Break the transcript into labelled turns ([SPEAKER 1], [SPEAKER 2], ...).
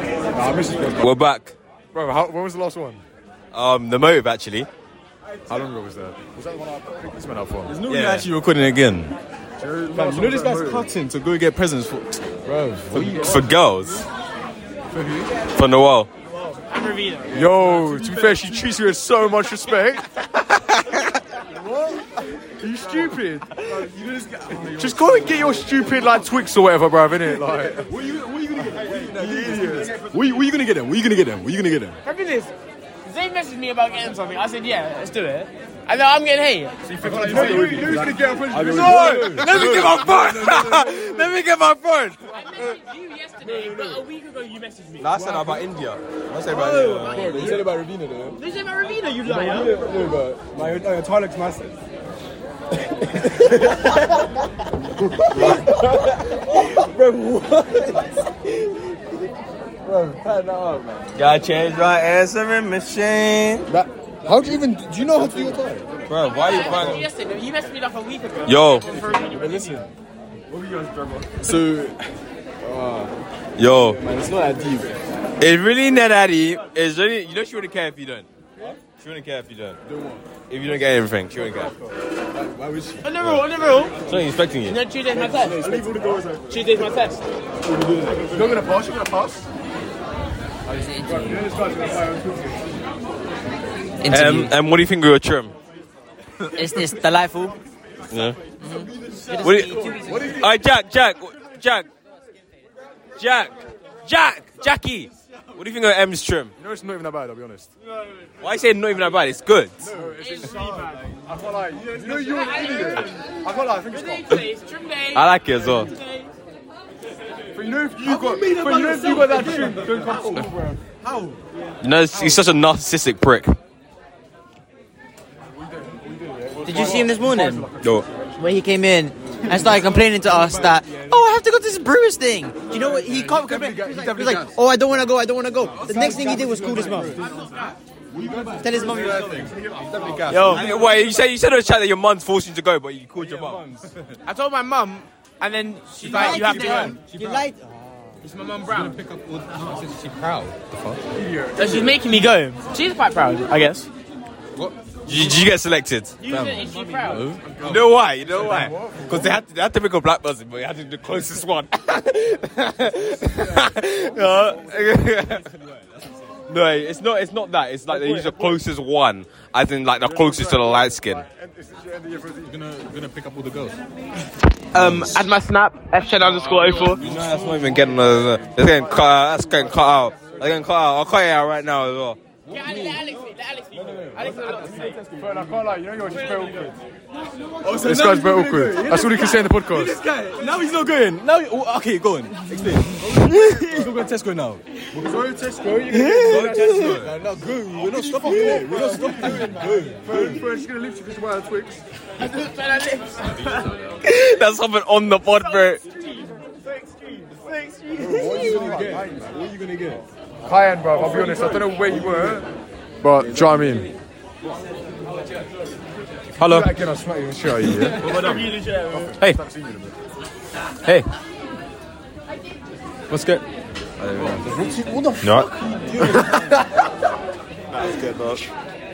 [SPEAKER 1] I missed you guys.
[SPEAKER 2] We're back.
[SPEAKER 1] Bro, how, when was the last one?
[SPEAKER 2] Um, the motive actually.
[SPEAKER 1] How long ago was that? Was that the one I picked this man up for?
[SPEAKER 3] No,
[SPEAKER 2] Yeah.
[SPEAKER 3] actually recording again.
[SPEAKER 1] Fam,
[SPEAKER 3] You know this guy's cutting to go get presents for.
[SPEAKER 1] Bro,
[SPEAKER 2] For girls. For Noel.
[SPEAKER 1] yo, to be fair, she treats you with so much respect. what? Are you stupid? Just oh, go and get your stupid like Twix or whatever, bro. Innit? Like,
[SPEAKER 3] What are you, what are you gonna get? You idiots. What are you, what are you gonna get them? What are you gonna get them? What are you gonna get them?
[SPEAKER 4] Happy this. They messaged me about getting something. I said, yeah, let's do it. And now I'm getting hate.
[SPEAKER 1] no,
[SPEAKER 2] Let me get my phone! Let me get my phone!
[SPEAKER 4] I messaged you yesterday, but a week ago you messaged me.
[SPEAKER 2] Last time about India. I said about India.
[SPEAKER 3] You said about Ravina though.
[SPEAKER 4] This is about Ravina, you liar.
[SPEAKER 3] No, but my, no, Twilight's massive.
[SPEAKER 2] Gotta change my answering machine.
[SPEAKER 3] That, how do you even? Do you know how to do your Twilight?
[SPEAKER 2] Bro, why
[SPEAKER 4] I
[SPEAKER 2] you
[SPEAKER 4] messaged you
[SPEAKER 2] finding
[SPEAKER 4] yesterday. You messaged me like a week ago.
[SPEAKER 2] Yo.
[SPEAKER 4] The first one you were
[SPEAKER 3] Listen.
[SPEAKER 4] doing.
[SPEAKER 3] So
[SPEAKER 2] Yo,
[SPEAKER 3] man, it's not that deep.
[SPEAKER 2] it's really not that deep. It's really you know she wouldn't care if you don't. She wouldn't care if you don't.
[SPEAKER 3] Don't want.
[SPEAKER 2] If you don't get everything, she wouldn't care.
[SPEAKER 3] Why would she?
[SPEAKER 4] On the rule, on the rule.
[SPEAKER 2] She's not expecting you.
[SPEAKER 4] No, Tuesday's my test.
[SPEAKER 3] Leave all the doors open.
[SPEAKER 4] Tuesday's my test.
[SPEAKER 1] You're not gonna pass. You're gonna pass.
[SPEAKER 2] Um, and what do you think of your trim?
[SPEAKER 4] Is this delightful?
[SPEAKER 2] Yeah. What do you, All right, Jack, Jack, Jack, Jack, Jack, Jackie. What do you think of M's trim?
[SPEAKER 1] You know it's not even that bad. I'll be honest.
[SPEAKER 2] Why you say not even that bad? It's good.
[SPEAKER 1] I can't lie. You know you're an idiot. I can't lie. I think it's not.
[SPEAKER 4] Uh,
[SPEAKER 2] I like it as well.
[SPEAKER 1] But you know if you got, but you know if you got that trim, don't come to school, bro.
[SPEAKER 2] You know, he's such a narcissistic prick.
[SPEAKER 5] Did you see him this morning
[SPEAKER 2] Yo,
[SPEAKER 5] when he came in and started complaining to us that, oh, I have to go to this Brewers thing? Do you know what? He can't complain. He was like, he was like, oh, I don't want to go, I don't want to go. The next thing he did was call his mum. Tell his mum he was going.
[SPEAKER 2] yo, wait, you said you said on the chat that your mum's forcing you to go, but you called your mum.
[SPEAKER 4] I told my mum, and then she's like,
[SPEAKER 5] lied
[SPEAKER 4] you have
[SPEAKER 5] to
[SPEAKER 4] to go.
[SPEAKER 5] them. You lied.
[SPEAKER 4] It's my mum Brown. She's proud. So she's making me go. She's quite proud, I guess.
[SPEAKER 2] Did you, did you get selected?
[SPEAKER 4] Usually is she proud.
[SPEAKER 2] You know why? You know why? Because they had to, they had to pick a black person, but they had to do the closest one. no, no, it's not. It's not that. It's like they use the closest one, as in like the closest to the light skin.
[SPEAKER 4] Um, add my snap, fshed underscore 04.
[SPEAKER 2] You know, that's not even getting. Uh, that's getting cut. Out, that's getting cut out. That's getting cut out. I'll cut it out right now as well.
[SPEAKER 4] Yeah, Alex, let Alex speak, let Alex speak. Alex has a lot to say.
[SPEAKER 1] But I can't lie. You know you're just very awkward.
[SPEAKER 3] Oh,
[SPEAKER 1] this guy's very awkward. That's all he can say in the podcast.
[SPEAKER 3] guy. Now he's not going. Now, he, oh, okay, go on. Explain. he's not going to Tesco now.
[SPEAKER 1] Go to Tesco. You're gonna get
[SPEAKER 3] No, no, go. We're not stopping. We're not stopping. Go.
[SPEAKER 1] Tesco. Bro, she's gonna lift you because you're wearing Twix.
[SPEAKER 2] That's something on the pod, bro.
[SPEAKER 3] What are you gonna get? What are you gonna get?
[SPEAKER 1] High end, bro. I'll be honest. I don't know where you were. But do you know what I mean?
[SPEAKER 2] Hello.
[SPEAKER 1] That again, I'll smack you and shit out of you. Yeah?
[SPEAKER 2] Hey. Hey. What's good?
[SPEAKER 3] What the
[SPEAKER 2] No.
[SPEAKER 3] fuck?